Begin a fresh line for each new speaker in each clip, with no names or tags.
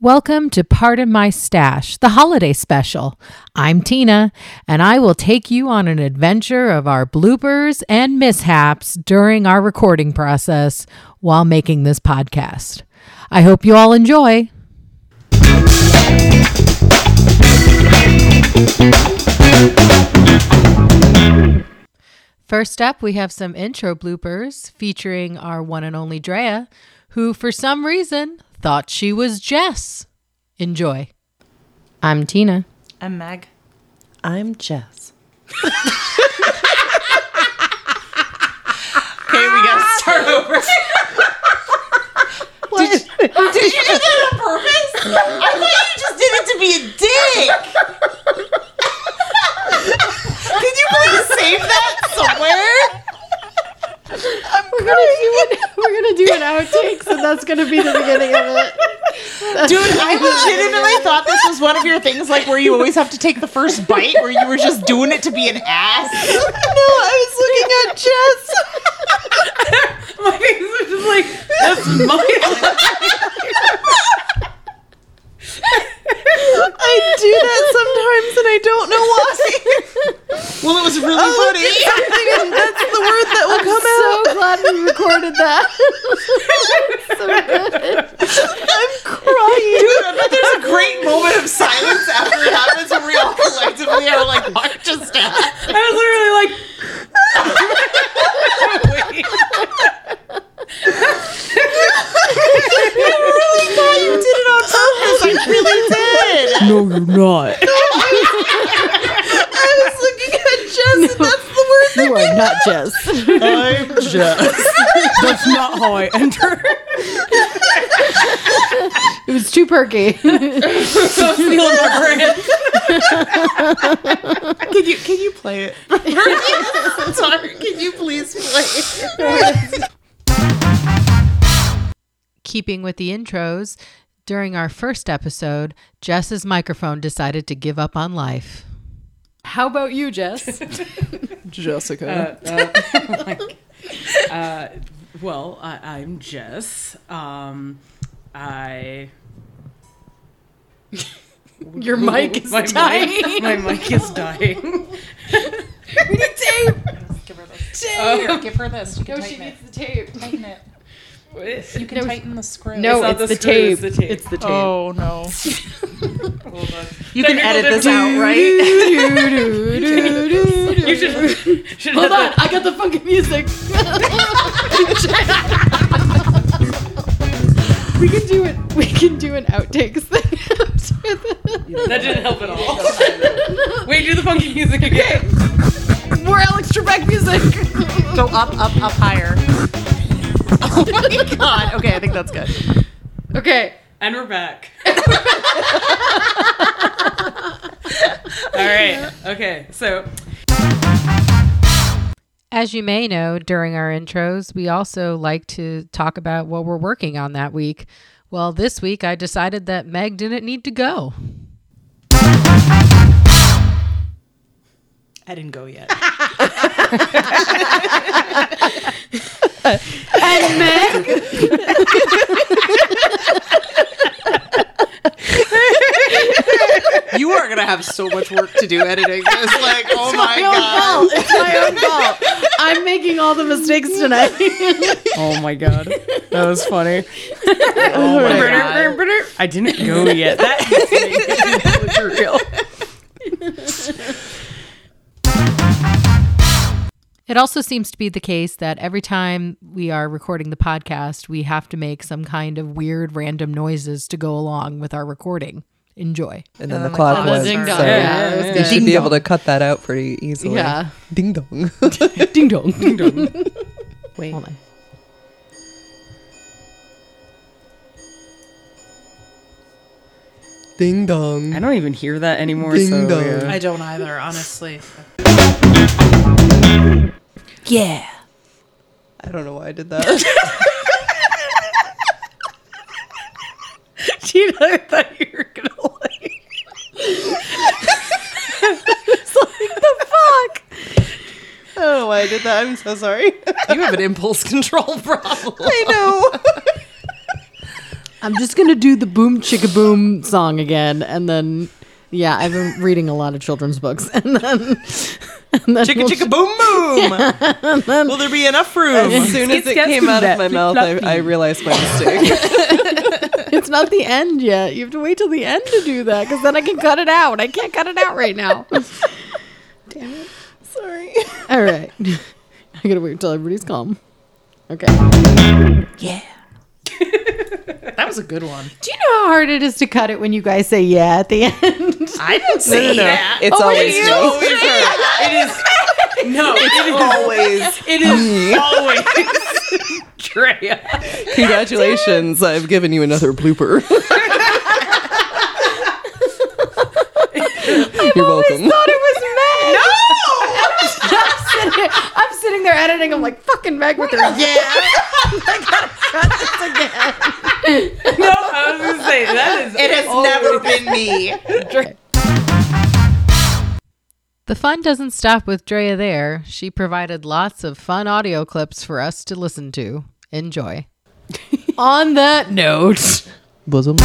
Welcome to Pardon My Stash, the holiday special. I'm Tina, and I will take you on an adventure of our bloopers and mishaps during our recording process while making this podcast. I hope you all enjoy. First up, we have some intro bloopers featuring our one and only Drea, who for some reason thought she was Jess. Enjoy. I'm Tina.
I'm Meg.
I'm Jess.
Okay, we gotta start over.
What?
Did you do that on purpose? I thought you just did it to be a dick. Can you please save that somewhere? I'm crying.
We're gonna do an outtakes, and that's gonna be the beginning of it.
Dude, I legitimately thought this was one of your things, like where you always have to take the first bite, where you were just doing it to be an ass. No, I was looking at Jess.
My face was just like, that's my.
I do that sometimes, and I don't know why.
Well, it was
Oh,
really funny.
that's the word that will come out. I'm so glad we recorded that.
Dude, I bet there's a great moment of silence after it happens when we all collectively are like, what just happened?
I was literally like,
You did it on purpose. I really did.
No, you're not. I was looking at Jess, and that's the word that you are not Jess.
I'm just.
that's not how I enter.
It was too perky.
So it's the old brand.
Can you, can you play it? Sorry, can you please play it?
Keeping with the intros, during our first episode, Jess's microphone decided to give up on life.
How about you, Jess? Jessica.
Well, I, I'm Jess. Um, I.
Your mic is
my
dying.
Mic, my mic is dying.
Give her this.
Oh.
give her this. You can tighten it.
the tape.
Tighten it. You
It's
can tighten the screw.
No,
not
Oh, it's, the
screw,
tape.
it's the tape.
It's the tape.
Oh, no.
you can
edit this out, right?
You should. should
Hold on,
have
I got the funky music. we can do it. We can do an outtakes thing. after
the- That didn't help at all. Wait, do the funky music again.
this. More Alex Trebek music.
Go up, up, up higher. Oh my god. Okay, I think that's good.
Okay.
And we're back. All right. Okay. So
As you may know, during our intros, we also like to talk about what we're working on that week. Well, this week I decided that Meg didn't need to go.
I didn't go yet.
And Meg.
You are gonna have so much work to do editing this. Like, oh my god.
fault. It's my own fault. I'm making all the mistakes tonight.
Oh my god, that was funny.
Oh
my God.
I didn't go yet. That
It also seems to be the case that every time we are recording the podcast, we have to make some kind of weird random noises to go along with our recording. Enjoy.
And then the clock was. So
ding dong. Yeah,
Yeah, yeah,
that
you
was
should
good.
be able to cut that out pretty easily.
Yeah.
Ding dong.
Ding dong.
Wait.
Hold on.
Ding dong.
I don't even hear that anymore.
Ding
so,
dong.
yeah.
I don't either, honestly.
Yeah.
I don't know why I did that.
Tina, I thought you were gonna like.
I don't know Oh, why I did that. I'm so sorry.
You have an impulse control problem.
I know.
I'm just gonna do the boom chicka boom song again, and then yeah, I've been reading a lot of children's books, and then and then
Chicka
we'll-
chicka boom boom. Will there be enough room?
As soon as it
Skits,
came out of my
flip,
mouth, I,
floppy.
I realized my mistake.
it's not the end yet. You have to wait till the end to do that, because then I can cut it out. I can't cut it out right now.
Sorry.
All right, I gotta wait until everybody's calm. Okay.
That was a good one.
Do you know how hard it is to cut it when you guys say yeah at the end?
I didn't
No, no,
say
no.
that.
It's
Oh,
always
It's always her. It
me.
is
No, it is
Always.
It is.
always
Drea.
Congratulations. I've given you another blooper. You're welcome.
I'm, sitting, I'm sitting there editing. I'm like, fucking Meg with her.
No, I was gonna say that is.
It has never been me.
The fun doesn't stop with Drea there. She provided lots of fun audio clips for us to listen to. Enjoy.
On that note,
Bosom.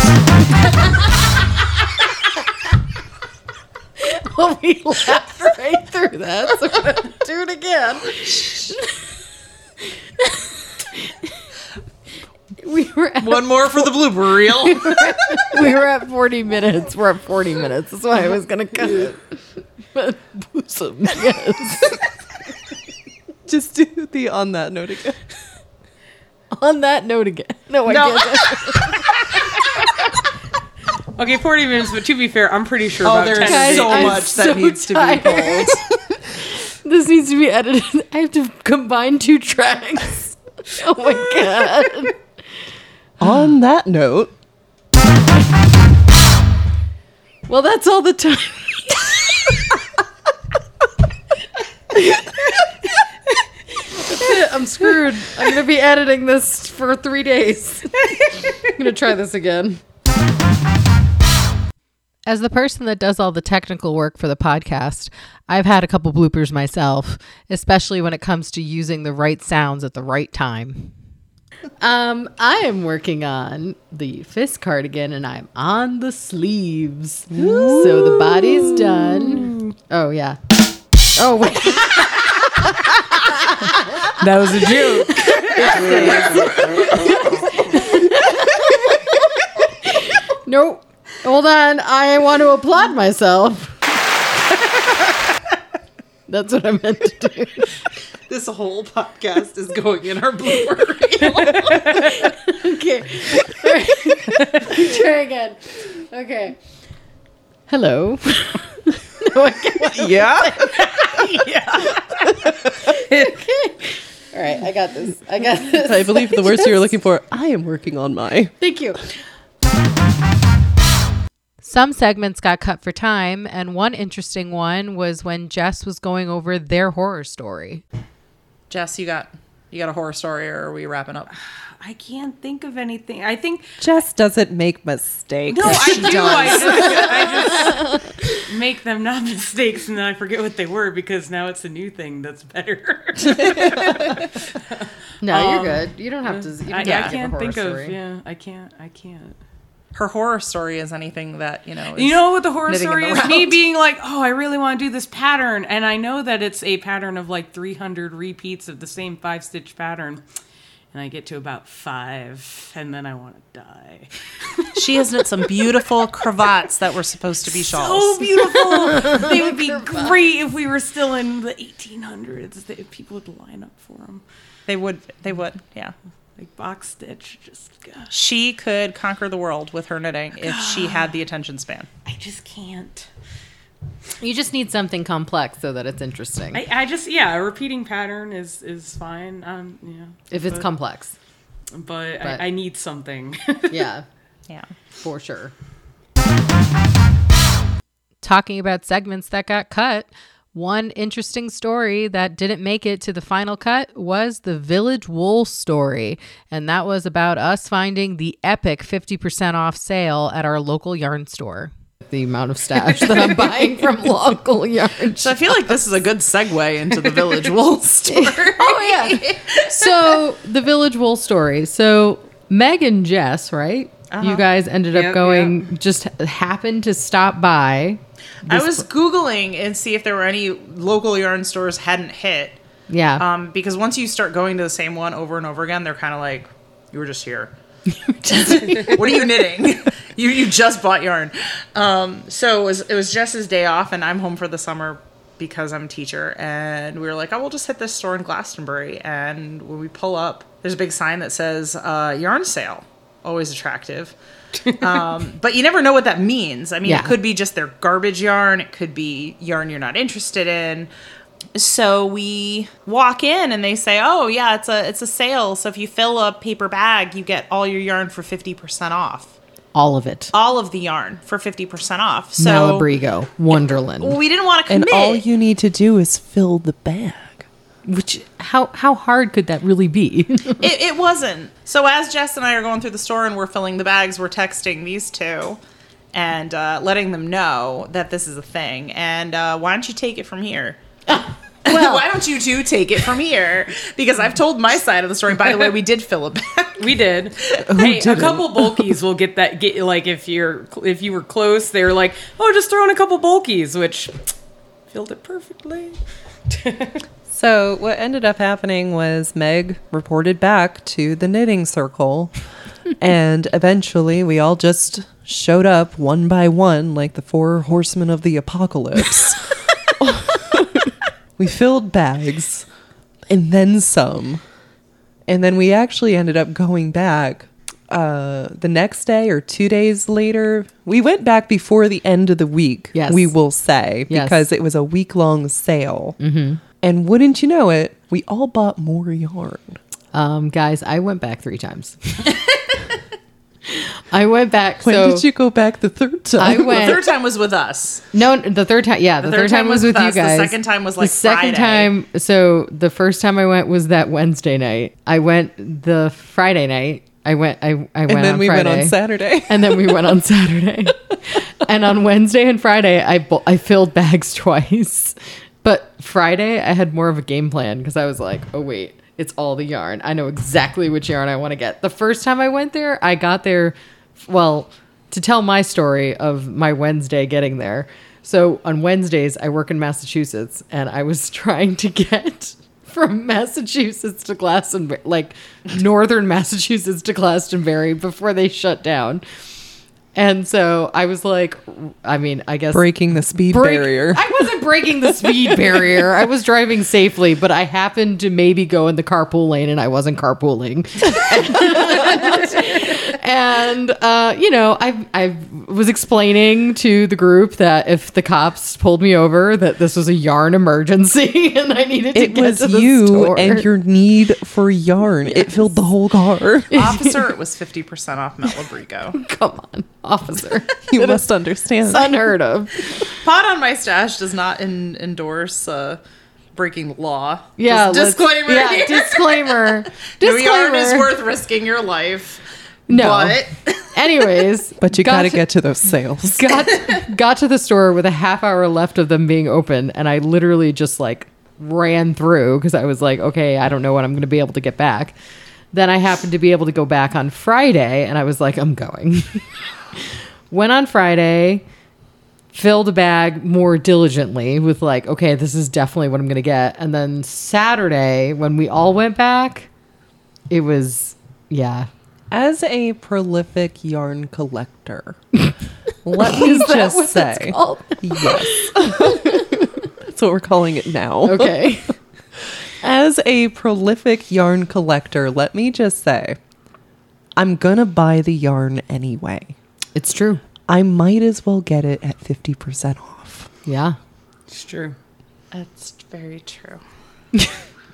we laughed right through that. So we're gonna do it again. we were at,
One more for the blooper reel.
we were at 40 minutes. We're at 40 minutes. That's why I was gonna cut it. But bosom, yes.
Just do the on that note again.
On that note again. No, I
No.
can't.
Okay, 40 minutes, but to be fair, I'm pretty sure
Oh,
about
there
10
is
Guys,
so
I'm
much
so
that needs
tired.
to be pulled.
This needs to be edited. I have to combine two tracks. Oh my god.
On that note.
Well, that's all the time. I'm screwed. I'm gonna be editing this for three days. I'm gonna try this again.
As the person that does all the technical work for the podcast, I've had a couple bloopers myself, especially when it comes to using the right sounds at the right time.
Um, I am working on the fist cardigan and I'm on the sleeves. So the body's done. Oh yeah. Oh wait.
That was a joke.
Nope. Hold on. I want to applaud myself. That's what I meant to do.
This whole podcast is going in our blooper reel.
Okay. All right. Try again. Okay. Hello. no, I can't.
Yeah.
All right. I got this. I got this.
I believe the words you were looking for. I am working on my.
Thank you.
Some segments got cut for time, and one interesting one was when Jess was going over their horror story.
Jess, you got you got a horror story, or are we wrapping up?
I can't think of anything. I think
Just doesn't make mistakes.
No, I do. I just, I just make them not mistakes, and then I forget what they were because now it's a new thing that's better.
No,
Um,
you're good. You don't have to. You don't
I, I
have to give a
can't
horror
think
story.
of. Yeah, I can't. I can't.
Her horror story is anything that you know. Is,
You know what the horror
knitting in
story
the
is?
round.
Me being like, oh, I really want to do this pattern, and I know that it's a pattern of like 300 repeats of the same five stitch pattern. And I get to about five, and then I want to die.
she has knit some beautiful cravats that were supposed to be shawls.
Oh, beautiful! they would be great if we were still in the 1800s. They, people would line up for them.
They would. They would. Yeah.
like box stitch. Just gosh,
She could conquer the world with her knitting if she had the attention span.
I just can't.
You just need something complex so that it's interesting.
I, I just yeah, a repeating pattern is is fine. Um, yeah,
if it's complex.
but,
But-
I, I need something.
Yeah,
Yeah.
for sure. Talking about segments that got cut, one interesting story that didn't make it to the final cut was the Village Wool story. And that was about us finding the epic 50% off sale at our local yarn store.
The amount of stash that I'm buying from local yarn.
So I feel like this is a good segue into the village wool story.
Oh, yeah. so, the Village Wool story. So, Meg and Jess, right?
you guys ended up
Uh-huh. Yep,
going, just happened to stop by.
I was Googling and see if there were any local yarn stores hadn't hit.
Yeah.
Um, because once you start going to the same one over and over again, they're kind of like, you were just here. what are you knitting? you you just bought yarn. Um, so it was it was Jess's day off, and I'm home for the summer because I'm a teacher. And we were like, oh, we'll just hit this store in Glastonbury. And when we pull up, there's a big sign that says uh, yarn sale. Always attractive. um, but you never know what that means. I mean,
Yeah.
it could be just their garbage yarn. It could be yarn you're not interested in. So we walk in and they say, "Oh yeah, it's a it's a sale. So if you fill a paper bag, you get all your yarn for fifty percent off.
all of it.
All of the yarn for fifty percent off. So
Malabrigo, Wonderland.
well, we didn't want to
And
commit.
all you need to do is fill the bag.
Which how how hard could that really be?
it, it wasn't. So as Jess and I are going through the store and we're filling the bags, we're texting these two and uh, letting them know that this is a thing. And uh, why don't you take it from here? Well, why don't you two take it from here? Because I've told my side of the story. By the way, we did fill a bag.
We did. hey, a couple bulkies will get that. Get like if you're if you were close, they were like, oh, just throw in a couple bulkies, which filled it perfectly.
So what ended up happening was Meg reported back to the knitting circle, and eventually we all just showed up one by one like the four horsemen of the apocalypse. we filled bags and then some. And then we actually ended up going back uh, the next day or two days later. We went back before the end of the week,
Yes.
we will say,
Yes.
because it was a week long sale. Mm-hmm. And wouldn't you know it, we all bought more yarn.
um, guys, I went back three times. I went back.
When
so
did you go back the third
I
time?
The
went.
third time was with us.
No, the third time. Yeah, the, third, time, was with you
us. The
guys.
second time was, like,
the second
Friday.
time. So the first time I went was that Wednesday night. I went the Friday night. I went. I I went
and then
on
we
Friday.
went on Saturday.
and then we went on Saturday. and on Wednesday and Friday, I bu- I filled bags twice. But Friday, I had more of a game plan because I was like, oh wait, it's all the yarn. I know exactly which yarn I want to get. The first time I went there, I got there, well, to tell my story of my Wednesday getting there. So on Wednesdays, I work in Massachusetts, and I was trying to get from Massachusetts to Glastonbury, like northern Massachusetts to Glastonbury before they shut down. And so I was like, I mean, I guess
Breaking the speed
break-
barrier.
I wasn't breaking the speed barrier. I was driving safely, but I happened to maybe go in the carpool lane and I wasn't carpooling. and uh, you know, I I was explaining to the group that if the cops pulled me over, that this was a yarn emergency and I needed to
it
get
was
to the
you
store.
and your need for yarn. It filled the whole car.
Officer, it was fifty percent off Malabrigo.
come on, officer.
you must understand.
Unheard of.
Pot on my stash does not en- endorse uh, breaking the law.
Yeah.
Just
let's-
disclaimer.
Yeah.
here.
Disclaimer.
New
Disclaimer.
yarn is worth risking your life.
no.
But
Anyways,
But you got to
to-
get to those sales.
got got to the store with a half hour left of them being open, and I literally just like ran through because I was like, okay, I don't know when I'm going to be able to get back. Then I happened to be able to go back on Friday, and I was like, I'm going. Went on Friday, filled a bag more diligently with like, okay, this is definitely what I'm going to get. And then Saturday, when we all went back, it was yeah.
As a prolific yarn collector, let me
Is that
just
what that's
say
called?
yes. That's what we're calling it now.
Okay.
As a prolific yarn collector, let me just say I'm going to buy the yarn anyway.
it's true.
I might as well get it at 50% off.
Yeah.
It's true.
that's very true.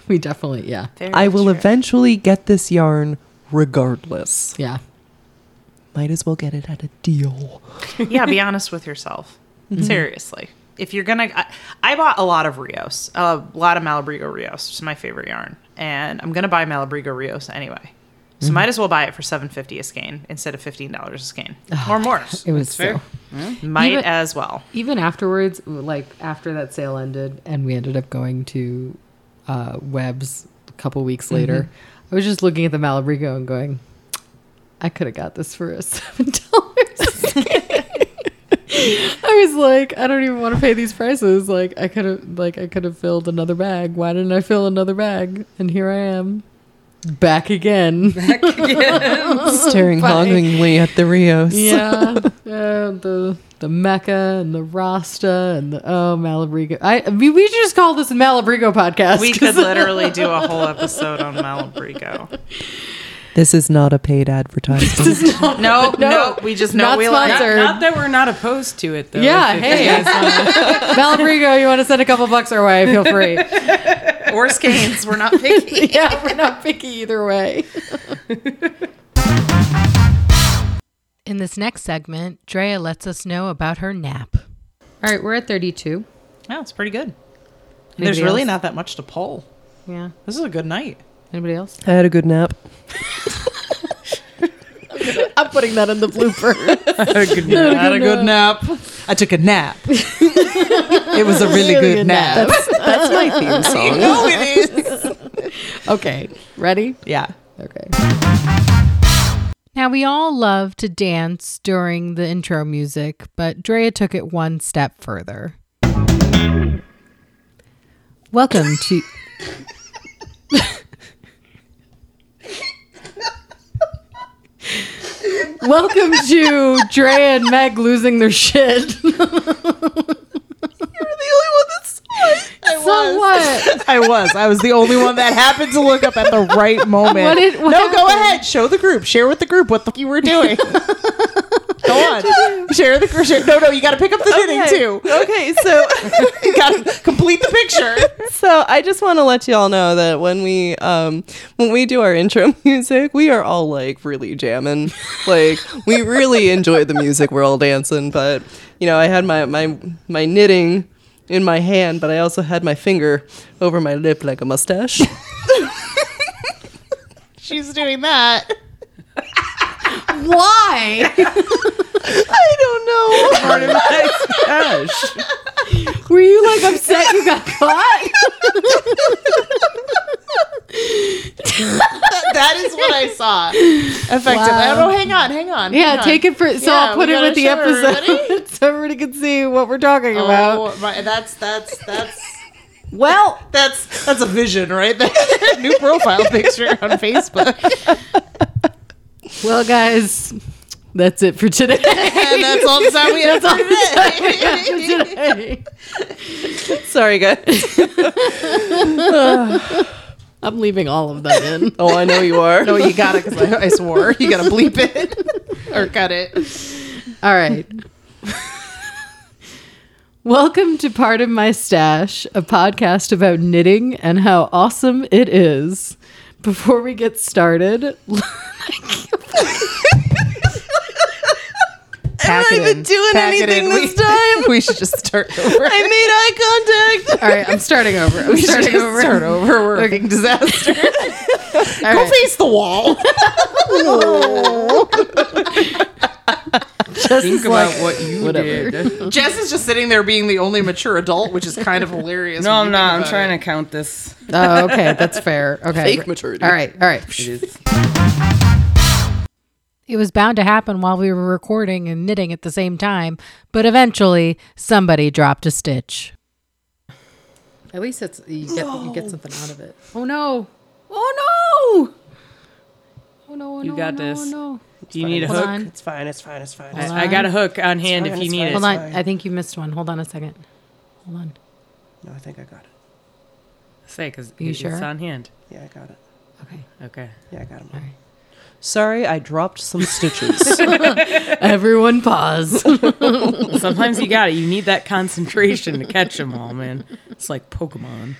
We definitely, yeah.
I will eventually get this yarn regardless.
Yeah.
Might as well get it at a deal.
yeah, be honest with yourself. Seriously. If you're gonna, I, I bought a lot of Rios, a lot of Malabrigo Rios. It's my favorite yarn, and I'm gonna buy Malabrigo Rios anyway. So might as well buy it for seven fifty a skein instead of fifteen dollars a skein or more.
It was so.
Might
Even-
as well.
Even afterwards, like after that sale ended and we ended up going to Mm-hmm. uh, Webb's a couple weeks later, I was just looking at the Malabrigo and going, I could have got this for a seven dollars. I was like, I don't even want to pay these prices. Like I could have like I could have filled another bag. Why didn't I fill another bag? And here I am. Back again.
Staring longingly at the Rios.
yeah. yeah. The the Mecca and the Rasta and the oh Malabrigo. I, I mean we should just call this a Malabrigo podcast.
We
'cause
could literally do a whole episode on Malabrigo.
This is not a paid advertisement.
No, no, we just know
Not
we like
sponsored.
Not, not that we're not opposed to it, though.
Yeah,
if it-
hey. Malabrigo, you want to send a couple bucks our way, feel free.
or skeins. We're not picky.
yeah, we're not picky either way.
In this next segment, Drea lets us know about her nap.
All right, we're at 32.
Yeah, it's pretty good. And there's
Anybody
really
else?
not that much to pull.
Yeah.
This is a good night.
Anybody else?
I had a good nap.
I'm putting that in the blooper.
I had a good nap. Had a good nap. I took a nap. it was a really good nap.
That's, that's my theme song.
okay. Ready?
Yeah.
Okay.
Now, we all love to dance during the intro music, but Drea took it one step further. Welcome to.
Welcome to Dre and Meg losing their shit. You're the only one that's so what?
I was. I was the only one that happened to look up at the right moment.
What did- what
no, go
happened?
ahead. Show the group. Share with the group what the f- you were doing. go on. Share the group. Share- no, no, you got to pick up the knitting too.
Okay, so
You got to complete the picture.
so I just want to let you all know that when we um when we do our intro music, we are all like really jamming. Like we really enjoy the music. We're all dancing, but you know, I had my my my knitting in my hand, but I also had my finger over my lip like a mustache.
She's doing that.
Why?
I don't know.
Were you like upset you got caught?
That is what I saw. Effectively. Oh, hang on, hang on.
Yeah, take it for so
Yeah,
I'll put
we
it with
gotta
the
show
episode
everybody.
so everybody can see what we're talking about.
Oh, my, that's that's that's
Well,
that's that's a vision right there. New profile picture on Facebook.
well, guys, that's it for today.
And that's all the time we have for today.
Sorry, guys.
I'm leaving all of that in.
Oh, I know you are.
No, you got it because I, I swore. You got to bleep it or cut it.
All right. Welcome to Part of My Stash, a podcast about knitting and how awesome it is. Before we get started,
I'm not
even doing anything this
time. We should just start over.
I made eye contact.
all right, I'm starting over. I'm
We should
starting
just
over.
Start over. We're a big disaster.
All
Go
right.
face the wall.
Think about what you
Whatever.
did.
Jess is just sitting there being the only mature adult, which is kind of hilarious.
No, I'm not. I'm trying to count this.
Oh, okay, that's fair. Okay,
Fake maturity.
All right, all right.
It was bound to happen while we were recording and knitting at the same time, but eventually somebody dropped a stitch.
At least it's you get you get something out of it.
Oh no.
Oh
Oh no. Oh,
You
no,
got
oh, no,
this.
Oh, no.
no! Do you need a
Hold
hook?
on.
It's fine. It's fine. It's fine.
I, I got a hook on hand if you need it.
Hold on. I think you missed one. Hold on a second. Hold on.
No, I think I got it.
Say, because
You
it's
sure?
on hand.
Yeah, I got it.
Okay.
Okay.
Yeah, I got it.
Sorry, I dropped some stitches.
Everyone pause.
Sometimes you got it. You need that concentration to catch them all, man. It's like Pokemon.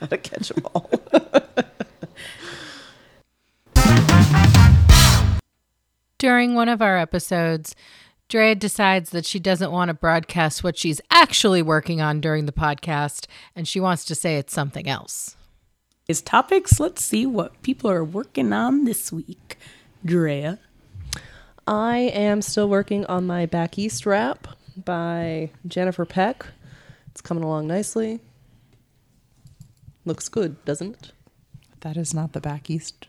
Gotta catch them all.
During one of our episodes, Drea decides that she doesn't want to broadcast what she's actually working on during the podcast, and she wants to say it's something else.
Is topics. Let's see what people are working on this week. Drea.
I am still working on my Back East rap by Jennifer Peck. It's coming along nicely. Looks good, doesn't it?
That is not the back east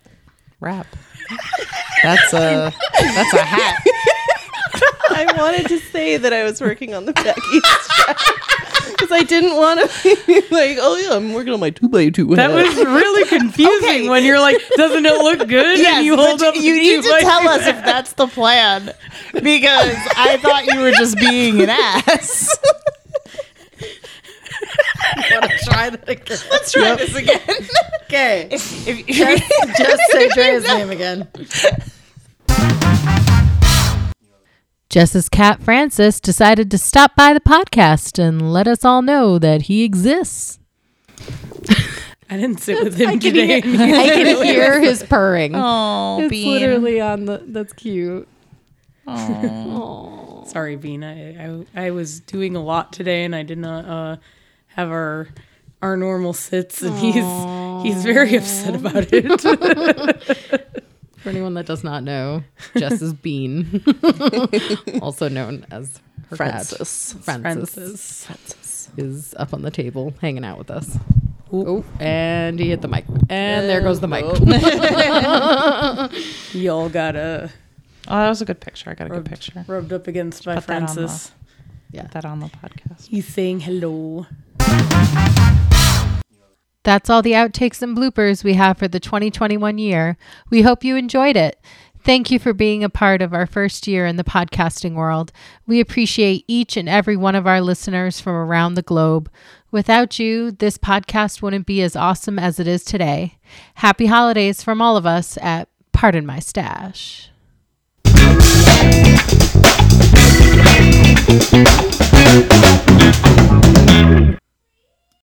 rap.
That's a that's a hat.
I wanted to say that I was working on the back because I didn't want to be like, oh yeah, I'm working on my two by two.
That was really confusing
Okay.
when you're like, doesn't it look good? and you hold up.
you
the
need
two
to
by
tell
two.
us if that's the plan because I thought you were just being an ass.
Try that again.
Let's try this again.
Okay.
If, if,
Just say Dre's name again.
Jess's cat Francis decided to stop by the podcast and let us all know that he exists.
I didn't sit with him today.
I can hear his purring.
oh,
It's
Bean.
literally on the. That's cute.
Sorry, Bean. I, I I was doing a lot today, and I did not uh, have our our normal sits, and he's he's very upset about it.
For anyone that does not know, Jess is Bean, also known as her cat.
Francis.
Francis,
Francis.
is up on the table hanging out with us. Oh, and he hit the mic. And there goes the mic.
Oh.
Y'all got uh,
Oh, that was a good picture. I got a good picture.
rubbed up against by
Put that on
Francis.
That on the podcast.
He's saying hello.
That's all the outtakes and bloopers we have for the 2021 year. We hope you enjoyed it. Thank you for being a part of our first year in the podcasting world. We appreciate each and every one of our listeners from around the globe. Without you, this podcast wouldn't be as awesome as it is today. Happy holidays from all of us at Pardon My Stash.